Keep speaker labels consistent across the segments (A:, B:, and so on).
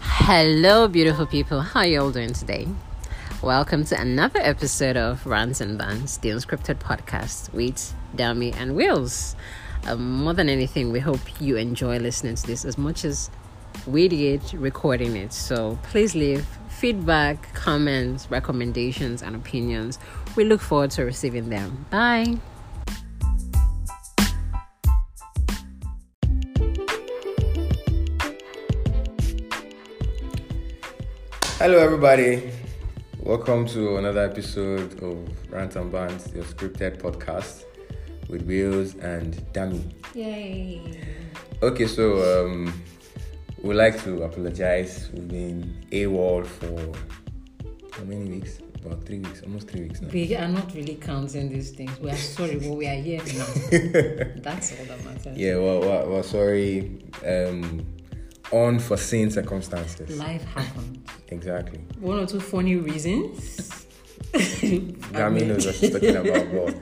A: Hello, beautiful people. How are you all doing today? Welcome to another episode of Rants and Bands, the unscripted podcast with Dami and Wheels. Um, more than anything, we hope you enjoy listening to this as much as we did recording it. So please leave feedback, comments, recommendations, and opinions. We look forward to receiving them. Bye.
B: Hello, everybody. Welcome to another episode of Rant and Bands, your scripted podcast with Wheels and Dami.
A: Yay.
B: Okay, so um, we'd like to apologize. We've been AWOL for how many weeks? About three weeks, almost three weeks now.
A: We are not really counting these things. We are sorry, but we are here now. That's all that matters.
B: Yeah, well, well, well sorry. Um, unforeseen circumstances.
A: Life happened.
B: Exactly.
A: One or two funny reasons.
B: Dami knows what she's talking about, but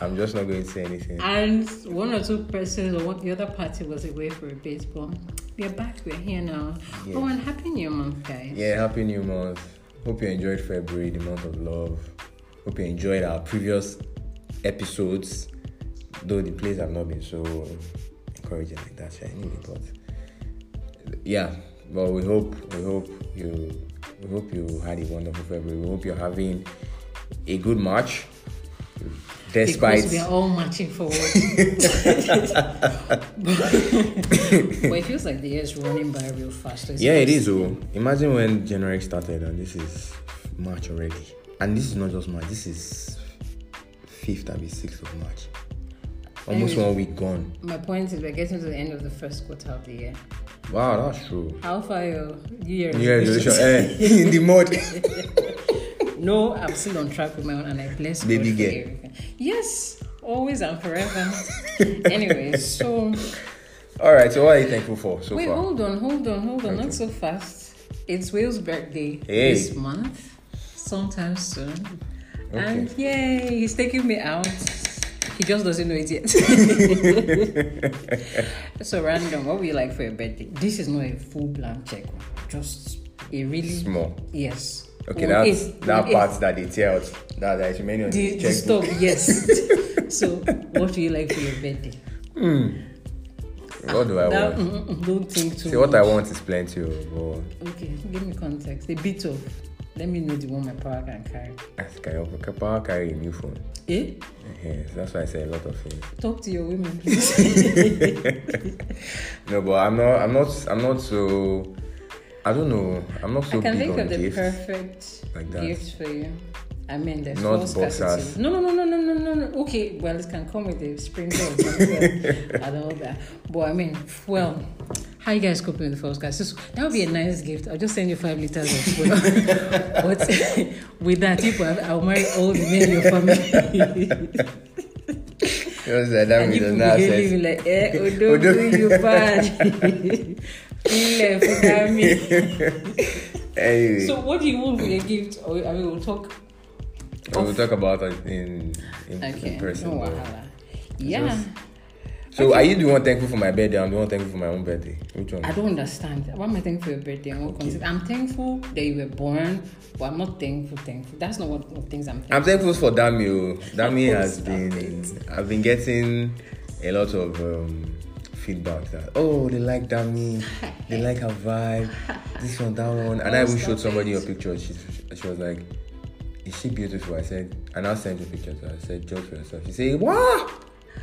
B: I'm just not going to say anything.
A: And one or two persons or one, the other party was away for a bit, but we're back, we're here now.
B: Yeah.
A: Oh, and happy new month, guys.
B: Yeah, happy new month. Hope you enjoyed February, the month of love. Hope you enjoyed our previous episodes, though the plays have not been so encouraging like that. sha, Anyway, but yeah, but we hope we hope you we hope you had a wonderful February. We hope you're having a good March, despite
A: Because we are all marching forward. but it feels like the year is running by real fast.
B: Yeah, it is. Oh, imagine when January started, and this is March already. And this is not just March. This is fifth and sixth of March. Almost
A: Anyway.
B: one week gone.
A: My point is, we're getting to the end of the first quarter of the year.
B: Wow, that's true.
A: How far your New Year
B: New Year resolution,
A: resolutions?
B: eh, in the mud.
A: No, I'm still on track with my own, and I bless God
B: Baby
A: for
B: girl.
A: everything. Yes, always and forever. anyway, so
B: All right. So what are you thankful for so
A: wait,
B: far?
A: hold on, hold on, hold on,
B: Okay.
A: not so fast. It's Will's birthday
B: Hey.
A: this month, sometime soon,
B: Okay.
A: and yay, he's taking me out. He just doesn't know it yet. so random. What would you like for your birthday? This is not a full blank check, just a really
B: Small.
A: yes.
B: Okay,
A: On
B: that's
A: eight-
B: that
A: on eight.
B: part that they tell that there is many on
A: the,
B: the
A: the
B: checkbook.
A: stuff, yes. so, what do you like for your birthday?
B: What do I
A: That-
B: want?
A: mm, mm, don't think too
B: See, what I
A: much.
B: want is plenty. oh,
A: Okay, give me context. A bit of. Let me know the one my power can carry.
B: But I can help a power carry a new phone.
A: Eh?
B: Yes, that's why I say a lot of things.
A: Talk to your women, please.
B: No, but I'm not. I'm not. I'm not so. I don't know. I'm not so
A: I can
B: big
A: think
B: on
A: of the
B: gifts.
A: perfect
B: like that.
A: gift for you. I mean, there's
B: Not
A: no scarcity.
B: boxers.
A: No, no, no, no, no, no, no, no. Okay, well, it can come with a sprinkle of something and all that. But I mean, well, how you guys coping with the fuel scarcity? So that would be a nice gift. I'll just send you five liters of fuel. but with that, people, I'll- I'll marry all the men in your family.
B: Because that that
A: and
B: will
A: people
B: not
A: behave
B: sense.
A: even like, eh, Odo,
B: Odo."
A: you bad. Ile, fuck me.
B: Anyway,
A: So what do you want for your gift? Or I mean, we'll talk.
B: we'll talk about it in in,
A: Okay.
B: in person.
A: no
B: though.
A: wahala. Yeah,
B: so are you the one thankful for my birthday? I'm the one thankful for my own birthday. Which one?
A: I don't understand. Why am I thankful for your birthday? And what concept- I'm thankful that you were born, but I'm not thankful. Thankful. That's not what what things I'm thankful.
B: I'm thankful for Dami. oh. Dami
A: Oh,
B: has
A: stop
B: been. I've been getting a lot of um, feedback that oh they like Dami, they like her vibe, this one, that one, and I
A: Oh,
B: even
A: stop
B: showed somebody
A: it.
B: your picture. She she was like, is she beautiful? I said, and I sent you picture. to her. I said, judge for yourself. She said, wow,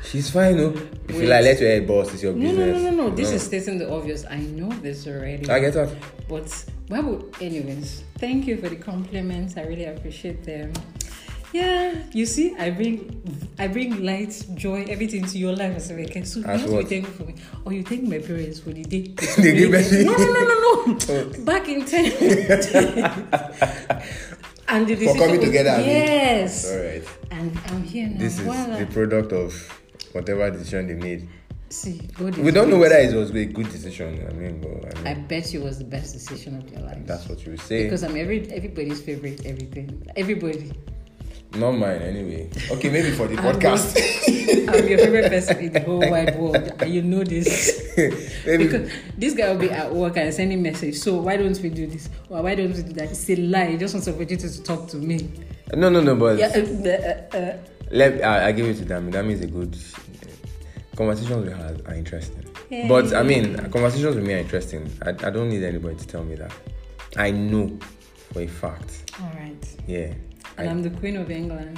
B: she's fine. No, if you
A: Wait.
B: like, let your head boss. It's your
A: No, no,
B: business.
A: no, no, no. This is stating the obvious. I know this already.
B: I get that.
A: But why would anyways? Thank you for the compliments. I really appreciate them. Yeah, you see, I bring I bring light, joy, everything to your life as a weekend. So you have
B: As
A: to be
B: what?
A: thankful for me. Or you thank my parents for the day.
B: They give birth.
A: no, no, no, no, no. Back in ten. and the decision
B: coming
A: was-
B: together, I mean.
A: Yes.
B: All right.
A: And I'm here now.
B: This is
A: Voila.
B: the product of whatever decision they made.
A: See, God
B: We
A: is
B: don't know
A: great.
B: whether it was a good decision. I mean, but I mean,
A: I bet you was the best decision of your life.
B: that's what you say.
A: Because I'm every everybody's favorite everything. Everybody.
B: Not mine, anyway. Okay, maybe for the
A: I'm
B: podcast.
A: I'm your favorite person in the whole wide world. You know this.
B: maybe
A: Because this guy will be at work and sending message. So why don't we do this? Or why don't we do that? It's a lie. He just wants opportunity to talk to me.
B: no, no, no. But
A: Yeah, uh, uh, uh,
B: let I, I give it to Dami. Dami is a good. eh, Conversations we had are interesting.
A: Hey.
B: But I mean, conversations with me are interesting. I, I don't need anybody to tell me that. I know for a fact.
A: all right.
B: Yeah.
A: And
B: I,
A: I'm the queen of England.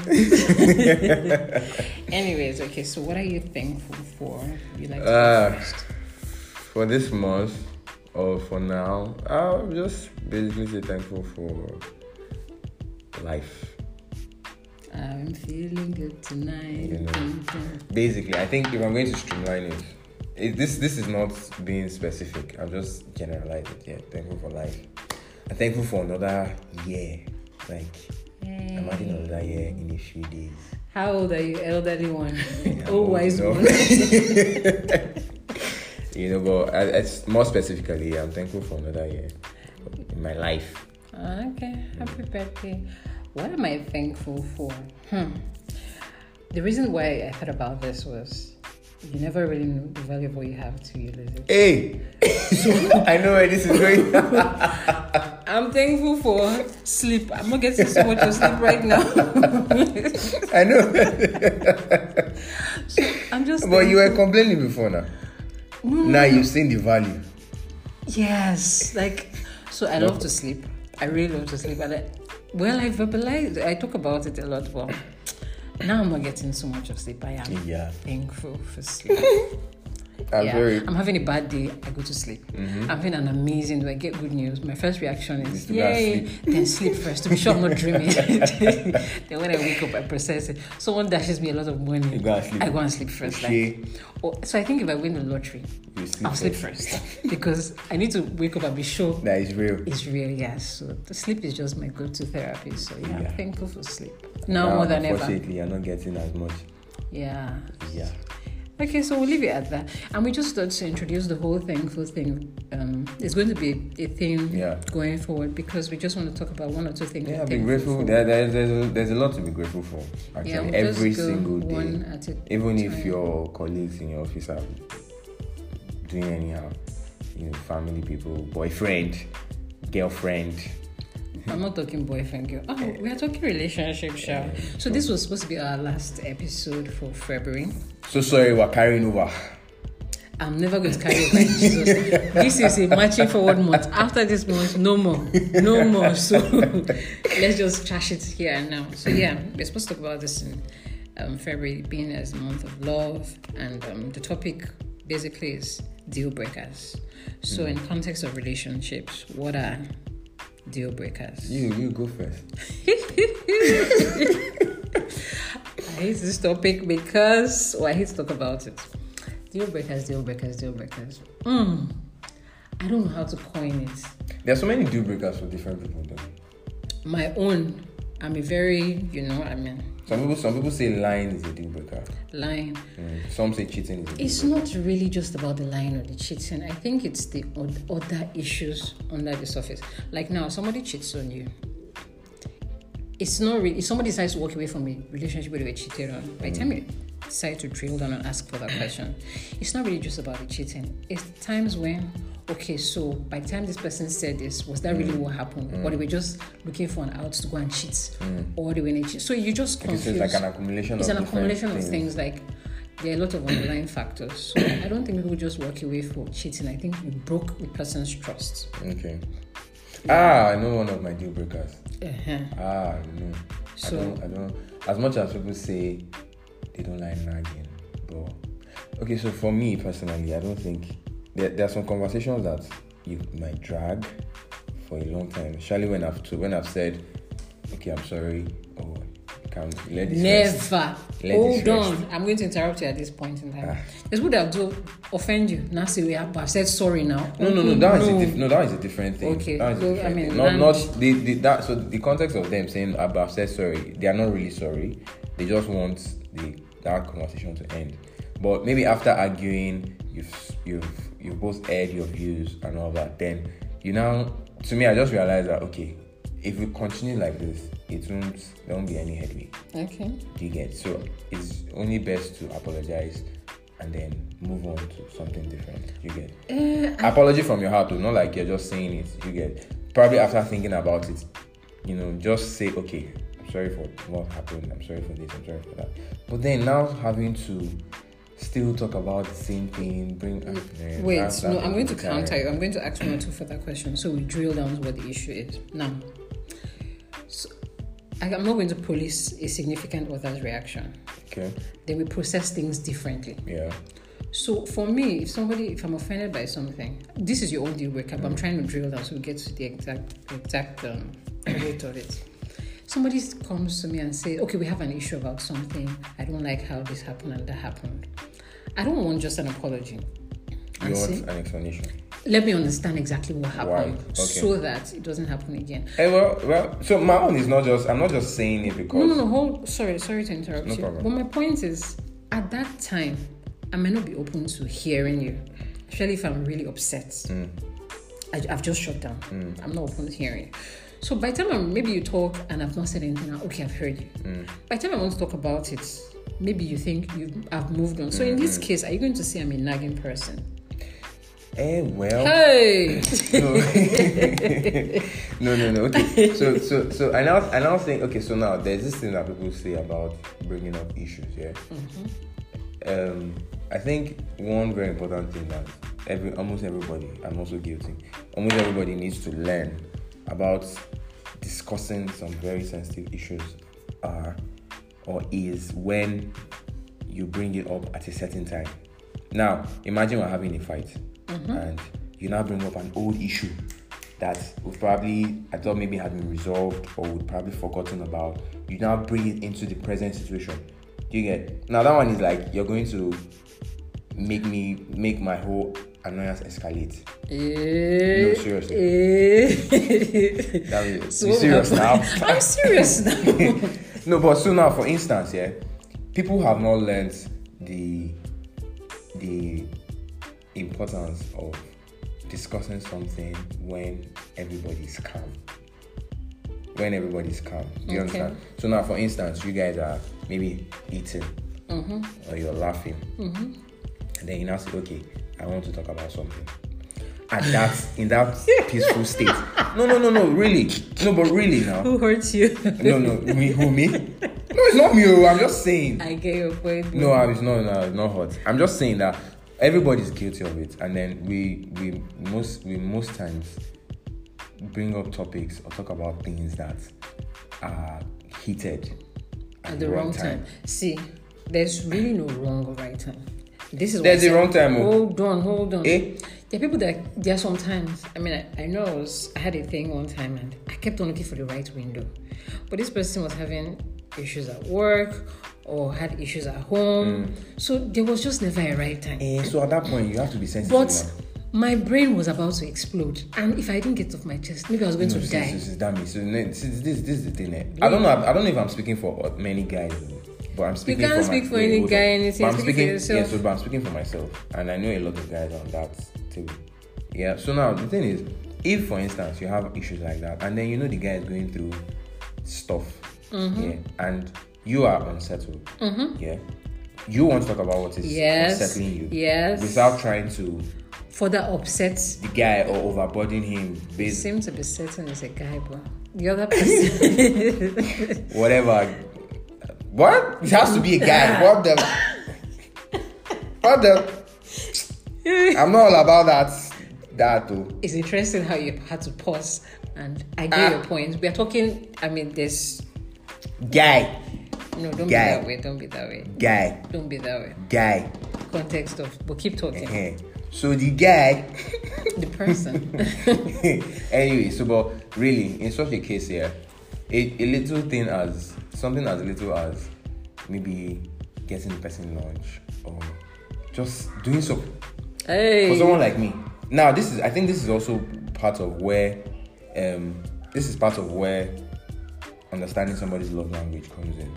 A: Anyways, okay. So what are you thankful for? You like to
B: Uh,
A: go first.
B: for this month or for now, I'll just basically say thankful for life.
A: I'm feeling good tonight.
B: You know. Basically, I think if I'm going to streamline it, it this this is not being specific. I'm just generalizing. Yeah, thankful for life. I'm thankful for another year. Like I'm adding
A: Mm.
B: another year in a few days.
A: How old are you, elderly one?
B: I'm
A: oh,
B: old
A: wise
B: enough.
A: one.
B: You know, but I, it's more specifically, I'm thankful for another year in my life.
A: Okay, happy birthday. What am I thankful for? Hmm. The reason why I thought about this was you never really know the value of what you have to you, Lizzie.
B: Hey, I know where this is going.
A: I'm thankful for sleep. I'm not getting so much of sleep right now.
B: I know,
A: I'm just.
B: but
A: thankful-
B: you were complaining before now.
A: Mm.
B: Now you've seen the value.
A: Yes, like so. I love to sleep. I really love to sleep. And I, well, I verbalize. I talk about it a lot, but now I'm not getting so much of sleep. I am
B: Yeah,
A: thankful for sleep.
B: I'm
A: yeah,
B: very. Mm-hmm.
A: I'm having a bad day. I go to sleep. I'm having an amazing day. I get good news. My first reaction
B: Is
A: is
B: to go and
A: yay. Then sleep first to be sure I'm not dreaming. then when I wake up, I process it. Someone dashes me a lot of money.
B: You go and sleep.
A: I go and sleep first.
B: Okay.
A: Like, oh, so I think if I win the lottery,
B: You sleep
A: I'll sleep first because I need to wake up and be sure
B: That is real.
A: it's real. Yes. So the sleep is just my go-to therapy. So yeah,
B: Yeah.
A: thankful for sleep now more than ever.
B: Unfortunately, you're not getting as much.
A: Yeah.
B: Yeah.
A: Okay, so we'll leave it at that. And we just thought to introduce the whole thankful thing. Um, it's going to be a theme
B: Yeah.
A: going forward because we just want to talk about one or two things.
B: Yeah,
A: we're
B: be
A: thankful
B: grateful.
A: for.
B: There, there, there's, a, there's a lot to be grateful for, actually,
A: Yeah, we'll just
B: every
A: go
B: single day.
A: One at a
B: Even if
A: time.
B: your colleagues in your office are doing anyhow, you know, family people, boyfriend, girlfriend.
A: I'm not talking boyfriend, girl. Oh, we are talking relationship, shall
B: Um,
A: we? So this was supposed to be our last episode for February.
B: So sorry, we're carrying over.
A: I'm never going to carry it by Jesus. This is a marching forward month. After this month, no more. No more. So let's just trash it here and now. So yeah, we're supposed to talk about this in um, February being as a month of love. And um, the topic basically is deal breakers. So in context of relationships, what are deal breakers?
B: You, you go first.
A: I hate this topic because well, I hate to talk about it. Deal breakers, deal breakers, deal breakers. Mm. I don't know how to coin it.
B: There are so many deal breakers for different people, though.
A: My own. I'm a very, you know, I mean,
B: Some people, some people say lying is a deal breaker.
A: lying.
B: Mm. Some say cheating is a deal
A: It's
B: breaker.
A: not really just about the lying or the cheating. I think it's the o- other issues under the surface. Like now, somebody cheats on you. It's not really. If somebody decides to walk away from a relationship that they were cheated on, by the time you decide to drill down and ask for that question, it's not really just about the cheating. It's times when, okay, so by the time this person said this, was that
B: Mm.
A: really what happened, or they were just looking for an out to go and cheat, or they were in a cheat. So you just
B: This
A: confused
B: is Mm. like an accumulation
A: it's
B: of
A: an
B: different
A: accumulation of
B: things.
A: things like there are a lot of underlying factors. So I don't think people just walk away for cheating. I think you broke the person's trust.
B: Okay. Ah, I know one of my deal breakers.
A: Uh-huh.
B: Ah, no.
A: So-
B: I don't, I don't. As much as people say they don't like nagging, but okay. So for me personally, I don't think there, there are some conversations that you might drag for a long time. Especially when I've to, when I've said, okay, I'm sorry, or can let this rest."
A: Never.
B: Let
A: Hold
B: this rest. Ah.
A: on. I'm going to interrupt you at this point in time. This would have do offend you. Now say we have but I've said sorry now.
B: No, no, no.
A: Mm-mm,
B: That is a diff- no. That is a different thing.
A: Mm-hmm. Okay,
B: That is
A: so,
B: a different
A: I mean,
B: thing. Not,
A: land-
B: not the, the that. So the context of them saying "Ah, but I've said sorry. They are not really sorry. They just want the that conversation to end. But maybe after arguing, you've you've you've both aired your views and all that. Then you now, to me, I just realized that okay, if we continue like this, it won't there won't be any headway.
A: Okay.
B: Do you get? So it's only best to apologize and then move on to something different. You get?
A: Uh,
B: Apology from your heart, though, not like you're just saying it. You get? Probably after thinking about it, you know, just say, okay, I'm sorry for what happened. I'm sorry for this. I'm sorry for that. But then now having to still talk about the same thing, bring up.
A: Mm. Wait, no, I'm going to counter you. I'm going to ask one or two further questions so we drill down to what the issue is. Now, so I, I'm not going to police a significant other's reaction.
B: Okay.
A: They will process things differently.
B: Yeah.
A: So for me, if somebody, if I'm offended by something, this is your own deal breaker, but I'm trying to drill down so we get to the exact, exact um, weight of it. Somebody comes to me and says, "Okay, we have an issue about something. I don't like how this happened and that happened." I don't want just an apology.
B: You
A: And
B: want
A: say,
B: an explanation?
A: let me understand exactly what happened
B: Okay.
A: so that it doesn't happen again.
B: Eh, well, well. So my own is not just. I'm not just saying it
A: No,
B: because.
A: no, no. Hold. Sorry, sorry to interrupt
B: No
A: you.
B: problem.
A: But my point is, at that time, I may not be open to hearing you, especially if I'm really upset.
B: Mm.
A: I, have just shut down. I'm not open to hearing. you. So by the time I'm, maybe you talk and I've not said anything, I'm, okay, I've heard you.
B: Mm.
A: By the time I want to talk about it, maybe you think you I've moved on. So in this
B: Mm-hmm.
A: case, are you going to say I'm a nagging person?
B: Eh, well.
A: Hey,
B: no, no, no, no. Okay. So, so, so I now, I now think. Okay. So now there's this thing that people say about bringing up issues. Yeah. Um, I think one very important thing that every, almost everybody, I'm also guilty. Almost everybody needs to learn about discussing some very sensitive issues are or is when you bring it up at a certain time. Now, imagine we're having a fight
A: Mm-hmm.
B: and you now bring up an old issue that would probably, I thought maybe had been resolved or would probably forgotten about. You now bring it into the present situation. Do you get? Now, that one is like, you're going to make me, make my whole annoyance escalate.
A: Eh,
B: No, seriously.
A: eh.
B: That is,
A: So
B: you
A: what
B: serious now?
A: happened? I'm serious now.
B: no, but so now, for instance, yeah, people have not learned the the importance of discussing something when everybody's calm. When everybody's calm, do you
A: Okay.
B: understand? So now, for instance, you guys are maybe eating, or you're laughing, and then you now say, "Okay, I want to talk about something." At that, in that peaceful state. No, no, no, no. Really, no, but really now.
A: Who hurts you?
B: No, no, me, who me? No, it's not me. oh, I'm just saying.
A: I get your point.
B: No, I- it's not. No, it's not hot. I'm just saying that everybody's guilty of it, and then we we most we most times bring up topics or talk about things that are heated
A: at the wrong time. See, there's really no wrong or right time. This is
B: There's
A: what I
B: a
A: said.
B: wrong time, oh.
A: Hold on, hold on.
B: Eh?
A: There are people that there are sometimes. I mean, I, I know I was I had a thing one time and I kept on looking for the right window, but this person was having issues at work or had issues at home, so there was just never a right time.
B: Mm. Eh, so at that point, you have to be sensitive.
A: But my brain was about to explode, and if I didn't get off my chest, maybe I was going
B: now.
A: to
B: So,
A: die.
B: so, so, that means- so, ne- so this this is the thing. eh. I don't know. I don't know if I'm speaking for uh, many guys. oh, But I'm speaking
A: can't
B: for
A: speak
B: my,
A: for
B: wait,
A: any
B: hold
A: guy,
B: on.
A: anything.
B: But I'm
A: Speak for
B: speaking,
A: yourself.
B: yes, so, but I'm speaking for myself, and I know a lot of guys on that table. Yeah. So now the thing is, if for instance you have issues like that, and then you know the guy is going through stuff,
A: Mm-hmm.
B: yeah, and you are unsettled, yeah, you want to talk about what is
A: Yes,
B: unsettling you,
A: yes.
B: without trying to
A: For that upset,
B: the guy or overburden him, based
A: seem to be certain it's a guy, but the other person.
B: whatever. What? It has to be a guy. What the? What the? I'm not all about that. That oh. too.
A: it's interesting how you had to pause, and I get
B: Ah.
A: your point. We are talking. I mean, there's
B: Guy,
A: no. Don't
B: Guy.
A: be that way. Don't be that way.
B: guy,
A: Don't be that way.
B: guy.
A: Context of. But keep talking.
B: Eh. So the guy.
A: the person.
B: anyway, so but really, in such a case here, a, a little thing as something as little as maybe getting the person lunch or just doing something. for
A: hey.
B: someone like me. Now, this is I think this is also part of where um this is part of where understanding somebody's love language comes in.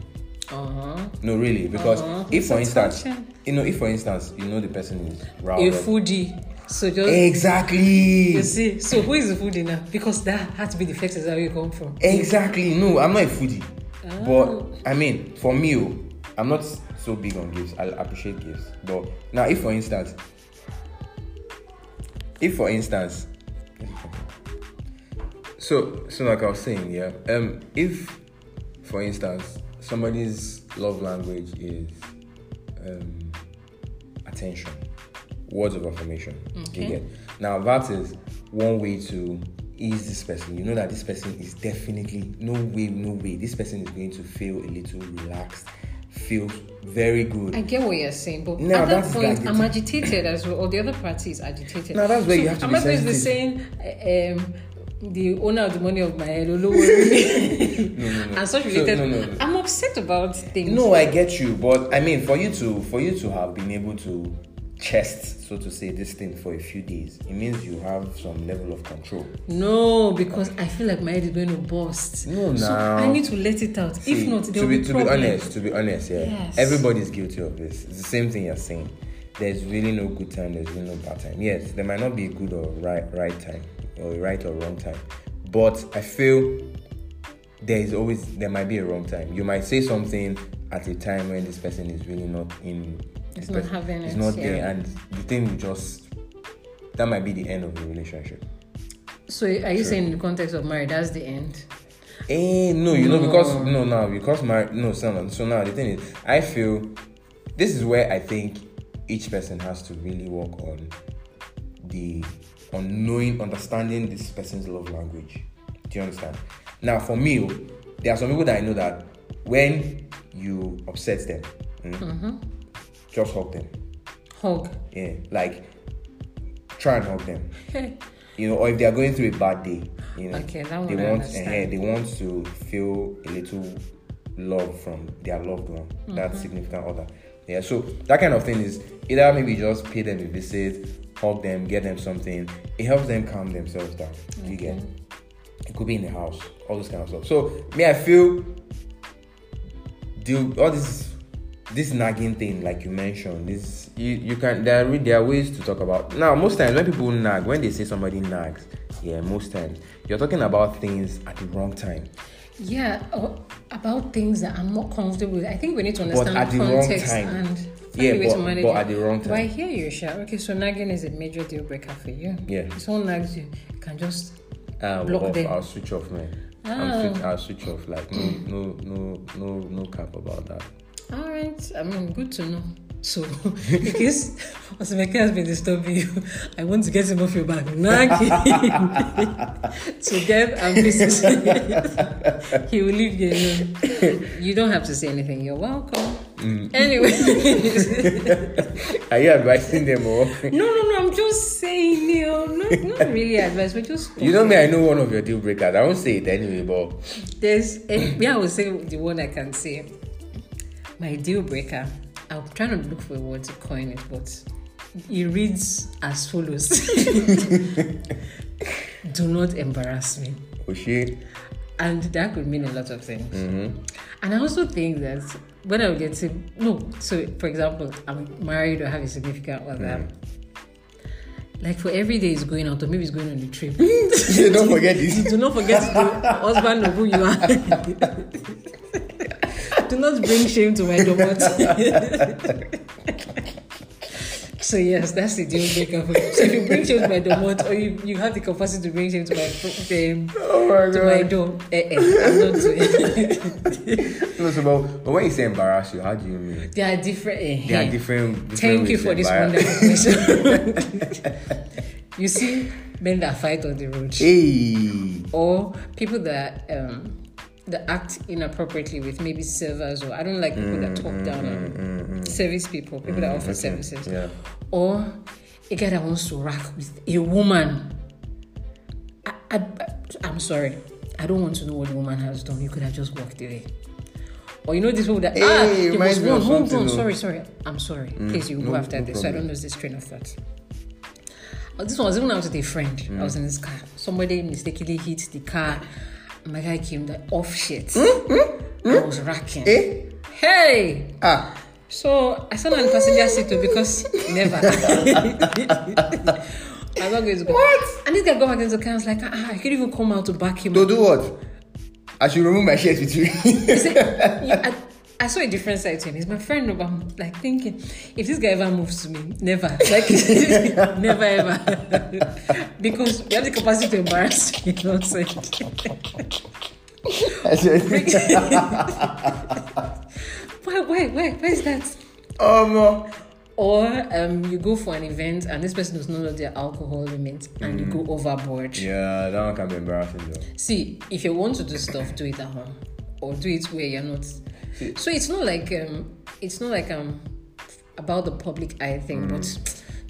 A: Uh-huh.
B: No, really, because
A: Uh-huh.
B: if for
A: It's
B: instance,
A: attention.
B: you know, if for instance, you know the person is
A: A
B: rowdy.
A: foodie. So just
B: Exactly.
A: you see. So who is the foodie now? Because that had to be the fact is where you come from.
B: Exactly. No, I'm not a foodie.
A: Oh.
B: But I mean, for me, oh, I'm not so big on gifts. I appreciate gifts. But now, if for instance, if for instance, so so like I was saying, yeah. Um, if for instance somebody's love language is um attention, words of affirmation, you get. Now that is one way to ease this person. You know that this person is definitely no way, no way. This person is going to feel a little relaxed, feel very good.
A: I get what you're saying, but
B: No,
A: at that
B: that's
A: point,
B: like it.
A: I'm agitated as well, or the other party is agitated.
B: No, that's where you have to
A: I'm
B: be
A: not supposed to be saying, eh, um, the owner of the money of my head, Oluwole. and such
B: So,
A: related.
B: no, no, no.
A: I'm upset about things.
B: No, I get you, but I mean, for you to for you to have been able to chest, so to say, this thing for a few days, it means you have some level of control.
A: No, because I feel like my head is going to burst.
B: No,
A: so
B: now.
A: I need to let it out. if
B: See,
A: not, there
B: to
A: will
B: be,
A: be,
B: to be
A: problem.
B: honest, to be honest, yeah,
A: Yes.
B: everybody's guilty of this. It's the same thing you're saying. There's really no good time. There's really no bad time. Yes, there might not be a good or right right time or right or wrong time, but I feel there is always there might be a wrong time. You might say something at a time when this person is really not in.
A: It's
B: this
A: not
B: person
A: having
B: It's
A: it,
B: not
A: yeah.
B: there, and the thing will just that might be the end of the relationship.
A: So are you saying in the context of marriage, that's the end?
B: Eh, no, you know,
A: No.
B: because no, now because my no, so now, so now the thing is, I feel this is where I think each person has to really work on the on knowing, understanding this person's love language. Do you understand? Now, for me, oh, there are some people that I know that when you upset them, mm, just hug them.
A: Hug.
B: Yeah, like try and help them. you know, or if they are going through a bad day, you know,
A: Okay, that one
B: they
A: I
B: want
A: understand.
B: eh, they want to feel a little love from their loved one, that
A: Mm-hmm.
B: significant other. Yeah, so that kind of thing is either maybe just pay them a visit, hug them, get them something. It helps them calm themselves down. You get. It could be in the house, all this kind of stuff. So me, I feel do all this this nagging thing like you mentioned this you, you can there are, there are ways to talk about now most times when people nag when they say somebody nags yeah most times you're talking about things at the wrong time
A: Yeah, or about things that I'm not comfortable with. I think we need to
B: But
A: understand
B: at the wrong
A: context
B: time.
A: and find
B: Yeah,
A: a way
B: but-
A: to manage
B: but
A: it.
B: at the wrong
A: But I
B: time.
A: hear you, Sha. Okay, so nagging is a major deal breaker for you.
B: Yeah.
A: If someone nags you, you can just
B: uh,
A: Block
B: off,
A: them.
B: I'll switch off man
A: Ah.
B: I'm switch, I'll switch off like no no no no no cap about that
A: all right. I mean, good to know. So, in case Osimeke has been disturbing you, I want to get him off your back. Nagging to get ambitious. he will leave you alone. You don't have to say anything. You're welcome.
B: Mm.
A: Anyway.
B: are you advising them or
A: No, no, no. I'm just saying, Neil. Not, not really advice, but just
B: you know me I know one of your deal breakers I won't say it anyway but
A: There's a, yeah. I will say the one I can say. My deal breaker. I'm trying to look for a word to coin it, but it reads as follows: Do not embarrass me,
B: oh shit
A: and that could mean a lot of things.
B: Mm-hmm.
A: And I also think that when I get to no, so for example, I'm married or have a significant other.
B: Mm.
A: Like for every day he's going out, or maybe he's going on a trip.
B: don't forget this
A: Do not forget to the husband of who you are. Do not bring shame to my domot. so yes, that's the deal breaker for me. So if you bring shame to my domot, or you, you have the capacity to bring shame to my um,
B: oh my
A: to my
B: god
A: dom, eh, eh, I'm not doing it.
B: no, so, but, but when you say embarrass you how do you mean
A: They are different. eh,
B: There
A: eh.
B: are different. different
A: Thank you
B: ways
A: for
B: to
A: this
B: embarrass-
A: wonderful question. you see, men that fight on the road.
B: Eh. Hey,
A: or people that um that act inappropriately with maybe servers or I don't like people that talk down on service people, people that offer services.
B: Mm-hmm. yeah.
A: Or a guy that wants to rack with a woman. I, I, I'm sorry. I don't want to know what the woman has done. You could have just walked away. Or you know these people that ah,
B: Hey,
A: there was
B: reminds me
A: one.
B: of
A: Hold
B: something,
A: on,
B: oh.
A: sorry, sorry. I'm sorry. Please, you go
B: no-
A: after
B: no
A: this. So I don't lose this train of thought. Oh, this one was even out with a friend. I
B: Mm.
A: was in this car. Somebody mistakenly hit the car. My
B: Hmm?
A: guy came the off shit. I was racking.
B: Eh?
A: Hey!
B: Ah,
A: So I sat on the passenger seat too because never. I'm not going to go. What? And this guy got back into the car. I was like, ah, I could even come out to back him.
B: To
A: up.
B: do what? I should remove my shirt with you.
A: He said, yeah, I, I saw a different side to him. He's my friend, but I'm like thinking, if this guy ever moves to me, never, like never ever, because you have the capacity to embarrass me outside.
B: I said,
A: Why, why, why, why is that?
B: um, uh,
A: Or um, you go for an event and this person does not know their alcohol limit and you go overboard.
B: yeah, that one can be embarrassing though.
A: See, if you want to do stuff, do it at home or do it where you're not. So it's not like um, it's not like um, about the public eye thing, but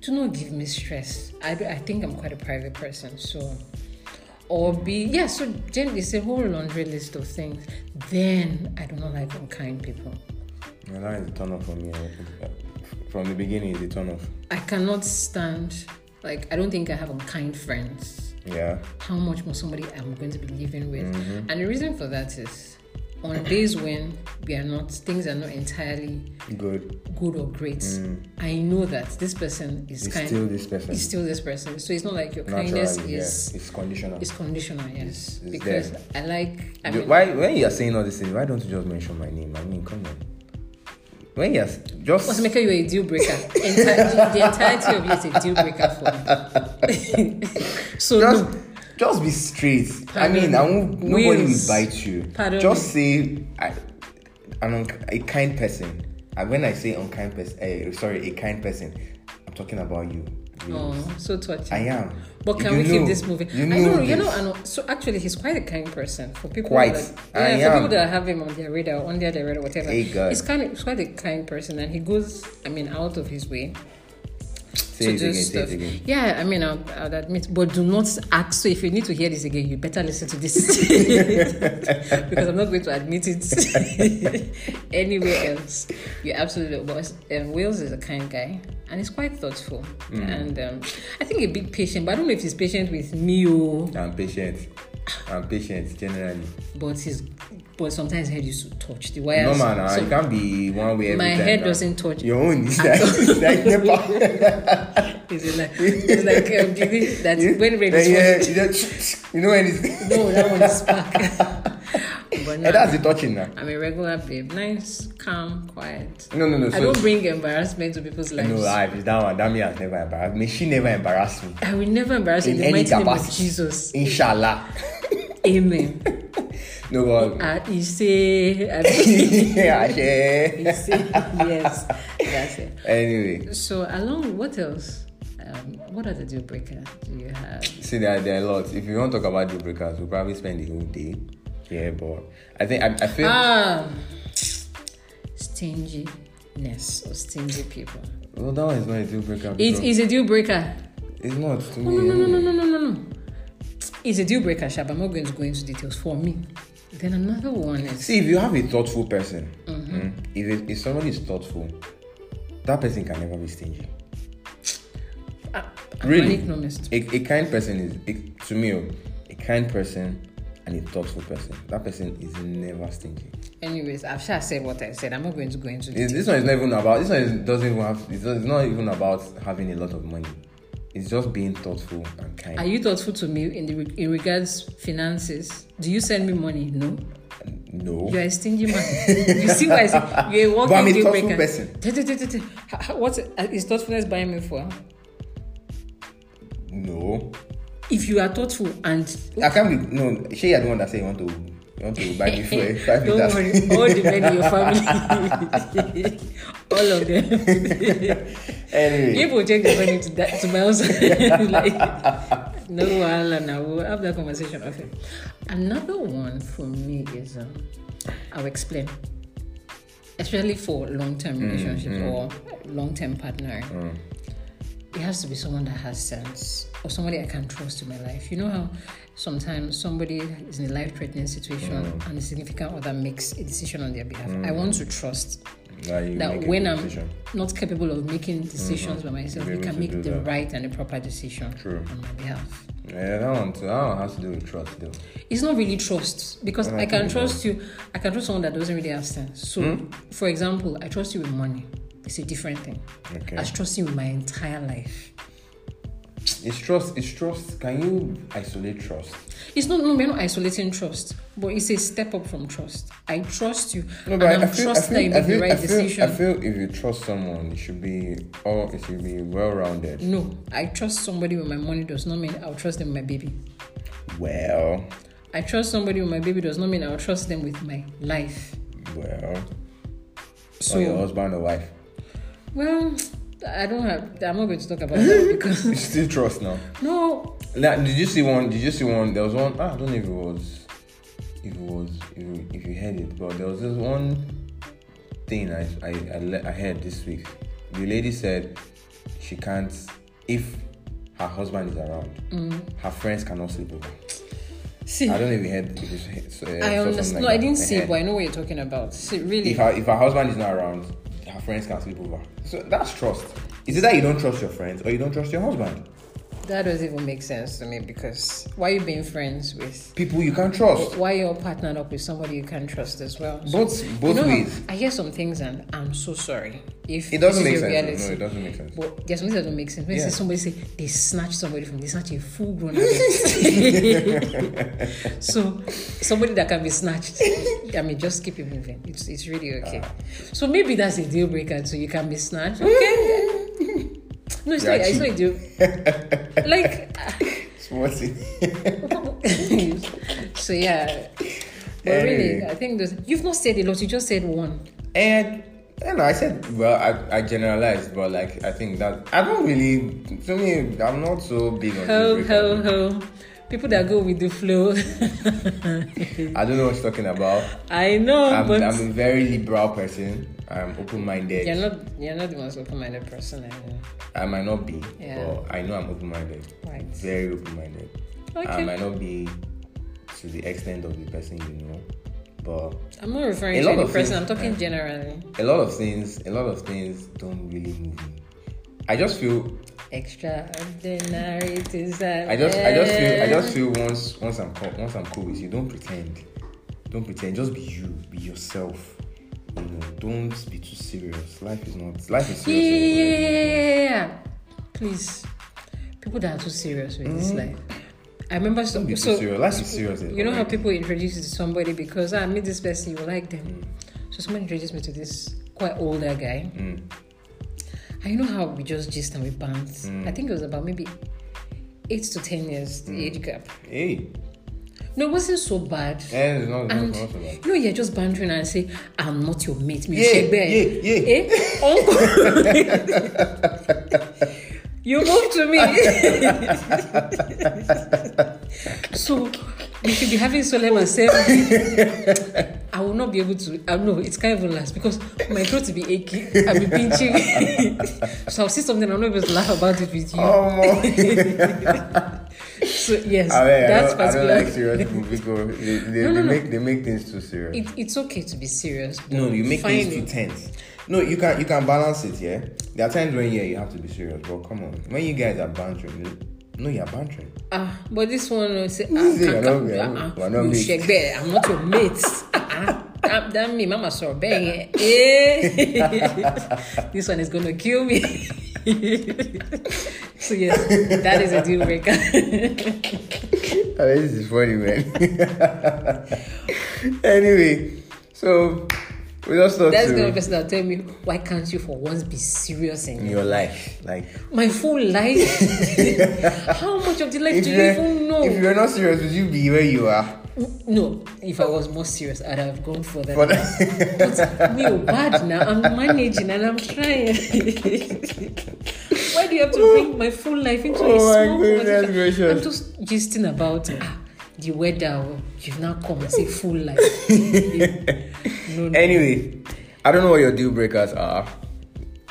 A: do not give me stress. I, do- I think I'm quite a private person, so or be yeah. So generally, it's a whole laundry list of things. Then I do not like unkind people.
B: Yeah, that is a turn off for me. I think. From the beginning, it's a turn off.
A: I cannot stand like I don't think I have unkind friends.
B: Yeah.
A: how much more somebody I'm going to be living with.
B: Mm-hmm.
A: And the reason for that is on days when we are not things are not entirely
B: Good.
A: good or great, I know that this person is
B: It's
A: kind
B: Mm. still this person.
A: is still this person. So it's not like your
B: Naturally,
A: kindness
B: yeah.
A: is
B: It's conditional.
A: is conditional, yes.
B: it's
A: because
B: there.
A: I like I
B: Do-
A: mean,
B: why when you are saying all these things, why don't you just mention my name? I mean, come on. When you are s- just
A: what's making you a deal breaker? Enti- the entirety of you is a deal breaker for me. so
B: just
A: no,
B: just be straight. I
A: Pardon.
B: mean, I won't, nobody
A: Wheels.
B: will bite you.
A: Pardon
B: Just say I, an un- a kind person. And when I say unkind person, eh, sorry, a kind person, I'm talking about you. You-
A: oh, so touching.
B: I am.
A: But can
B: You
A: we keep
B: know-
A: this moving?
B: You know,
A: I know, you
B: this.
A: know, I know. So actually, he's quite a kind person for people.
B: Quite.
A: That,
B: I
A: yeah, for
B: am.
A: people that have him on their radar, on their radar, whatever.
B: Hey, God.
A: He's kind of he's quite a kind person, and he goes, I mean, out of his way to
B: Say it
A: do
B: again. Say
A: stuff.
B: it again.
A: Yeah, I mean, I'll, I'll admit, but do not ask. So if you need to hear this again, you better listen to this because I'm not going to admit it anywhere else. You're absolutely. But um, Wales is a kind guy and he's quite thoughtful
B: Mm.
A: and um, I think a bit patient. But I don't know if he's patient with me, oh,
B: I'm patient. I'm patient generally.
A: but he's. But sometimes head used to touch the wires.
B: no man, ah,
A: So
B: you can't be one way every
A: my
B: time.
A: head
B: ah.
A: doesn't touch.
B: Your own is like, it's like never.
A: It's like it's like um, do you think that when rain is
B: eh, yeah,
A: falling-
B: you, just, you know when it's
A: No, that one is back. but
B: Eh,
A: now,
B: that's the touching now.
A: I'm a regular babe. Nice, calm, quiet.
B: No, no, no.
A: I
B: So,
A: don't bring embarrassment to people's lives.
B: no,
A: I,
B: I, if that one, that me has never embarrassed me. She never embarrassed me.
A: will never embarrass you in
B: In
A: the
B: any
A: mighty name of
B: capacity.
A: Jesus.
B: Inshallah.
A: Amen.
B: No, but.
A: Ah, you say, I mean,
B: yeah, yeah.
A: you say, yes, that's it.
B: Anyway,
A: So, along what else? Um, what are the deal breaker do you have?
B: see, there, are- there are lots. If you want to talk about deal breakers, we'll probably spend the whole day. Yeah, but I think I, I feel.
A: Ah, stinginess or stingy people.
B: well, that one is not a deal breaker.
A: It
B: because
A: is a deal breaker.
B: it's not to
A: No,
B: me.
A: no, no,
B: anyway.
A: no, no, no, no, no. It's a deal breaker, Shab. I'm not going to go into details for me. Then another one is
B: See, if you have a thoughtful person,
A: Mm-hmm.
B: mm, if, it, if somebody is thoughtful, that person can never be stingy.
A: I, I'm
B: Really?
A: an economist.
B: A, a kind person is, a, to me, oh, a kind person and a thoughtful person. That person is never stingy.
A: Anyways, I've sure said what I said. I'm not going to go into
B: It-
A: details.
B: this one is not even about. This one is, doesn't even have. It's not, it's not even about having a lot of money. It's just being thoughtful and kind.
A: Are you thoughtful to me in the re- in regards finances? Do you send me money? No.
B: no.
A: You are a stingy man. you see why I say you're a walking
B: I'm a
A: deal
B: thoughtful
A: breaker.
B: person.
A: Tut, tut, tut, tut. Ha- ha- What is thoughtfulness buying me for?
B: No.
A: If you are thoughtful and
B: I can't be. No. She you are the one that say you want to. You want to buy me food. Five
A: Don't
B: meters.
A: worry, all the men in your family, all of them.
B: Anyway.
A: People take the money to, that, to my house. like, no, Alan, I will have that conversation often. Another one for me is um, I'll explain, especially for long term relationships or long term partner. It has to be someone that has sense or somebody I can trust in my life. You know how sometimes somebody is in a life threatening situation and the significant other makes a decision on their behalf. I want to trust
B: Now you
A: that
B: make a
A: when
B: good
A: I'm
B: decision.
A: not capable of making decisions by myself, they
B: Mm-hmm. Be able
A: can
B: to
A: make
B: do
A: the
B: that.
A: right and the proper decision
B: True.
A: on my behalf.
B: Yeah, that one too. That one has to do with trust, though.
A: It's not really trust because
B: Oh,
A: I can trust you. I can trust someone that doesn't really understand. So,
B: Hmm?
A: for example, I trust you with money. It's a different thing.
B: Okay.
A: I trust you with my entire life.
B: It's trust. It's trust. Can you isolate trust?
A: It's not no, we're not isolating trust, but it's a step up from trust. I trust you, and
B: I-
A: I'm
B: I feel- I
A: trust that you
B: feel- I
A: make the
B: feel-
A: right
B: I feel-
A: decision.
B: I feel if you trust someone, it should be all. It should be well-rounded.
A: no, I trust somebody with my money does not mean I'll trust them with my baby.
B: Well,
A: I trust somebody with my baby does not mean I'll trust them with my life.
B: well.
A: So,
B: or your husband or wife.
A: well, I don't have. I'm not going to talk about that because
B: You still trust now.
A: no,
B: Now, did you see one? Did you see one? There was one. ah, I don't know if it was, if it was, if you, if you heard it, but there was this one thing I I I, le- I heard this week. The lady said she can't if her husband is around.
A: Mm.
B: Her friends cannot sleep over.
A: see,
B: I don't even heard. If it's, uh,
A: I
B: saw something
A: understand.
B: like
A: no, I
B: that.
A: didn't see,
B: Uh-huh.
A: it, but I know what you're talking about. See, really,
B: If her if her husband is not around, her friends can sleep over. So that's trust. Is it that you don't trust your friends or you don't trust your husband?
A: that doesn't even make sense to me because why you being friends with?
B: People you can't trust.
A: Why you're partnered up with somebody you can trust as well? So,
B: Both both
A: you know,
B: ways.
A: I hear some things and I'm so sorry. If
B: It doesn't
A: this is
B: make sense.
A: your
B: No,
A: reality.
B: it doesn't make sense.
A: But there's something that don't make sense. When you
B: Yeah.
A: see somebody say they snatch somebody from, they snatch a full grown adult. so somebody that can be snatched. I mean, just keep it moving. It's it's really okay.
B: Ah.
A: so maybe that's a deal breaker. So you can be snatched. Okay. no, it's
B: Yeah,
A: not. It's
B: cheap.
A: not a deal. like.
B: What's it?
A: so yeah. But really,
B: Anyway.
A: I think those, you've not said a lot. You just said one.
B: And I don't know. I said, well, I, I generalized, but like I think that I don't really. To me, I'm not so big on.
A: Ho
B: deal
A: ho
B: breakers.
A: ho! People that go with the flow.
B: I don't know what you're talking about.
A: I know,
B: I'm,
A: but
B: I'm a very liberal person. I'm open-minded.
A: you're not you're not the most open-minded person I know.
B: I might not be,
A: Yeah.
B: but I know I'm open-minded.
A: Right.
B: Very open-minded. I
A: Okay.
B: might not be to the extent of the person you know, but
A: I'm not referring
B: A
A: to
B: lot
A: any
B: of
A: person.
B: things-
A: I'm talking generally.
B: a lot of things, a lot of things don't really move me. I just feel
A: Extraordinary desire.
B: I just, I just feel, I just feel once, once I'm, co- once I'm cool with you, don't pretend, don't pretend. Just be you, be yourself. You know, don't be too serious. Life is not, life is
A: Yeah,
B: serious.
A: yeah,
B: already.
A: yeah, yeah, yeah. Please, people that are too serious with this life. I remember
B: Mm-hmm. Don't be
A: some, so
B: too serious. Life is serious.
A: You know how
B: already.
A: people introduce you to somebody because I meet this person, you like them. So someone introduced me to this quite older guy.
B: Mm.
A: And you know how we just gist and we bounce.
B: Mm.
A: I think it was about maybe eight to ten years the age gap.
B: Hey,
A: No, it wasn't so bad.
B: eh, it's not,
A: And
B: it's not so bad.
A: you know, you're just bantering and say, I'm not your mate, me
B: Yeah,
A: shegbe."
B: yeah, yeah.
A: Eh? Uncle- you move to me. so we should be having solemn and seven. I will not be able to. I know it's can't even last because my throat will be aching. I'll be pinching. so I'll see something. I'll not be able to laugh about it with you.
B: Oh my!
A: So yes,
B: I, mean, I,
A: that's
B: don't, I don't
A: particular.
B: like serious people because they, they,
A: No, no,
B: they
A: no.
B: make they make things too serious.
A: it, it's okay to be serious.
B: No, you make
A: Find
B: things
A: it.
B: too tense. No, you can you can balance it, yeah. There are times when yeah you have to be serious, but come on, when you guys are bantering, you- no, you're bantering.
A: Ah, but this one will say, ah,
B: Easy,
A: can't-
B: I don't- I don't-
A: ah,
B: I don't
A: you
B: mix.
A: shake bear, I'm not your mate. Ah, that, that me, mama saw bang. Eh? this one is gonna kill me. so yes, that is a deal breaker.
B: I mean, this is funny, man. anyway, so we just thought
A: That's the only
B: to
A: person that tell me why can't you for once be serious in
B: in
A: your
B: your life, like
A: my full life? How much of the life
B: if
A: do
B: you
A: you even know?
B: if you're not serious, would you be where you are?
A: No, if I was more serious, I'd have gone for that.
B: For
A: but we are bad now. I'm managing and I'm trying. Why do you have to bring my full life into
B: Oh
A: a
B: my
A: small
B: goodness
A: conversation?
B: gracious.
A: I'm just gisting about ah, the weather. oh, You've now come and say full life. no, no.
B: Anyway, I don't know what your deal breakers are.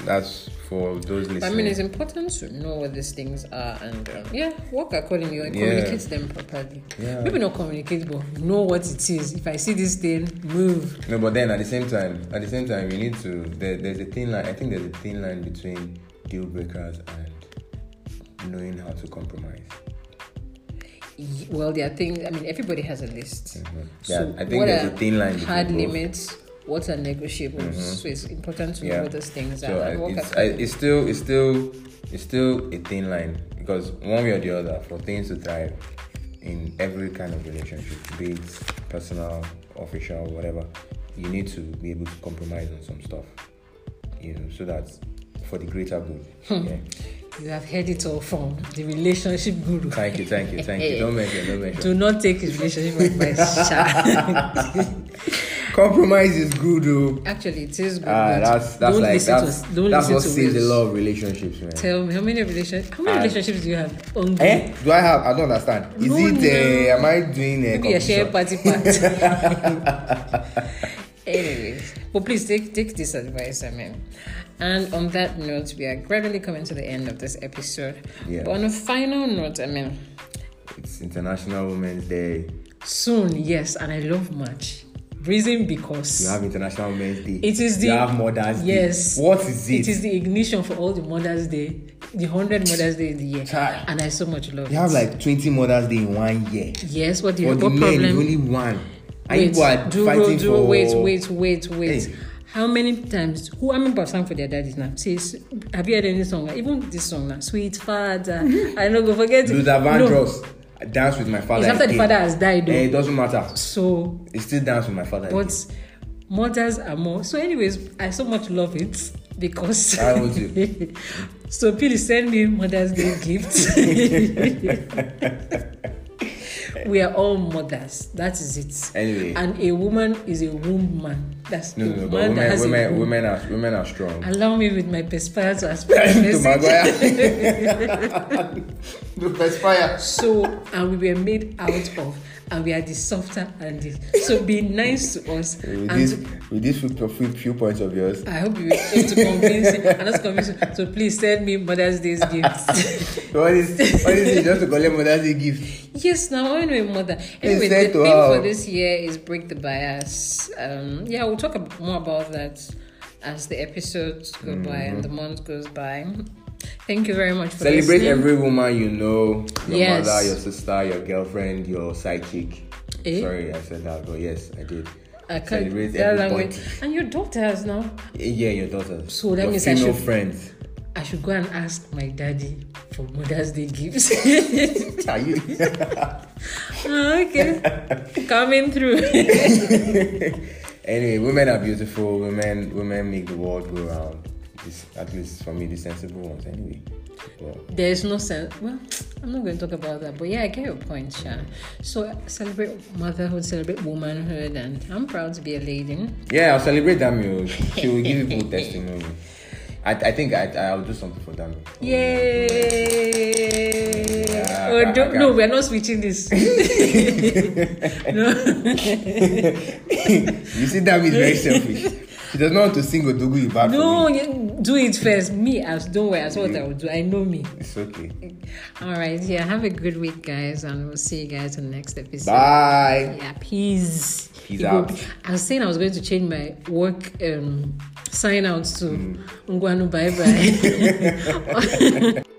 B: That's for those listening.
A: I mean, it's important to know what these things are and um, yeah, work accordingly and
B: Yeah.
A: communicate them properly.
B: Yeah.
A: Maybe not communicate, but know what it is. If I see this thing, move.
B: No, but then at the same time, at the same time, you need to. There, there's a thin line. I think there's a thin line between deal breakers and knowing how to compromise.
A: y- well, there are things. I mean, everybody has a list.
B: Mm-hmm. Yeah, I think there's a thin line between
A: hard
B: both. Mm-hmm.
A: limits. What are negotiables? So it's important to know
B: Yeah.
A: what those things
B: So
A: are.
B: I,
A: and what
B: it's,
A: can-
B: I, it's still it's still it's still a thin line because one way or the other, for things to thrive in every kind of relationship, be it personal, official, whatever, you need to be able to compromise on some stuff, you know, so that for the greater good. yeah.
A: you have heard it all from the relationship guru.
B: Thank you, thank you, thank you. Don't mention, don't mention.
A: Do not take his relationship advice. sha.
B: Compromise is good, though.
A: Actually, it is good.
B: Ah,
A: but
B: that's that's
A: don't
B: like
A: listen
B: that's,
A: to, don't
B: that's
A: listen
B: what
A: to
B: saves a
A: Wills.
B: lot of relationships, man.
A: Tell me how many relationships? How many
B: Ah.
A: relationships do you have? On
B: Eh? Do I have? I don't understand. Is
A: No,
B: it? Uh, am I doing a
A: Maybe a share
B: competition?
A: party part. Anyways, but please take take this advice, I mean. And on that note, we are gradually coming to the end of this episode.
B: Yeah.
A: But on a final note, I mean,
B: It's International Women's Day.
A: soon, yes, and I love March. Reason because
B: You have International Women's Day.
A: It is
B: You
A: the-
B: have Mother's Day.
A: yes.
B: What is it?
A: it is the ignition for all the Mother's Day, the hundred Mother's Day in the year,
B: Child.
A: and I so much love.
B: You have
A: it.
B: like 20 Mother's Day in one year.
A: yes. What do you
B: For
A: have?
B: the
A: What
B: men,
A: problem?
B: you only one. And
A: Wait,
B: you are
A: do,
B: fighting
A: do,
B: for.
A: wait, wait, wait, wait.
B: Hey.
A: How many times? Who am I about sang for their daddies now? See, s- have you heard any song? Even this song now, "Sweet Father." I know go forget it.
B: Mm-hmm. Luther
A: no,
B: Vandross. I Dance with my father.
A: It's after the
B: again.
A: father has died, though.
B: Eh, it doesn't matter.
A: so,
B: It's still dance with my father. again.
A: but mothers are more. So, anyways, I so much love it because.
B: I would
A: so please send me Mother's Day gifts. we are all mothers. That is it.
B: Anyway.
A: And a woman is a woman. That's
B: no,
A: a
B: no, no.
A: woman
B: But
A: that
B: women,
A: has a
B: women,
A: womb.
B: women are women are strong.
A: Allow me with my perspire to aspire
B: To
A: message.
B: Maguire. To perspire.
A: So, and we were made out of, and we are the softer and the. So be nice to us.
B: With
A: and
B: this, with this few, few- few points of yours,
A: I hope you were able to convince me. I'm not convinced. So please send me Mother's Day's gifts.
B: what is what is it just to collect mother's day gift
A: yes, now I know a mother. Anyway, the
B: send
A: theme
B: to her.
A: for this year is break the bias. Um, yeah, we'll talk ab- more about that as the episodes go by and the month goes by. Thank you very much for
B: Mm-hmm. celebrate
A: listening.
B: every woman you know your
A: Yes.
B: mother your sister your girlfriend your side chick
A: Eh?
B: sorry i said that but yes i did
A: I can't
B: celebrate
A: that
B: every
A: language.
B: point
A: And your daughters now.
B: Eh, yeah your daughters
A: So that
B: your
A: means I
B: female
A: should-
B: friends
A: I should go and ask my daddy for Mother's Day gifts.
B: are you
A: Ah, okay. Coming through.
B: anyway women are beautiful women women make the world go round this, at least for me the sensible ones anyway well,
A: There is no sense. Well, I'm not going to talk about that. But yeah, I get your point, Sha. So celebrate motherhood, celebrate womanhood, and I'm proud to be a lady.
B: yeah i'll celebrate damio she will give people testimony I, I think I, I'll do something for Damio.
A: Yay!
B: Yeah,
A: oh,
B: I- I
A: don't,
B: can-
A: no, we're not switching this. no.
B: you see, Dami is very selfish. She does not want to sing Odogu Iba
A: No,
B: for me.
A: you
B: Mm.
A: do it first. Me, as don't worry, as what I will do. I know me.
B: It's okay.
A: All right, yeah. Have a good week, guys, and we'll see you guys in the next episode.
B: Bye.
A: Yeah, peace.
B: Peace
A: It will
B: out.
A: be- I was saying I was going to change my work
B: Mm.
A: um, sign out to Ngwanu. Bye bye.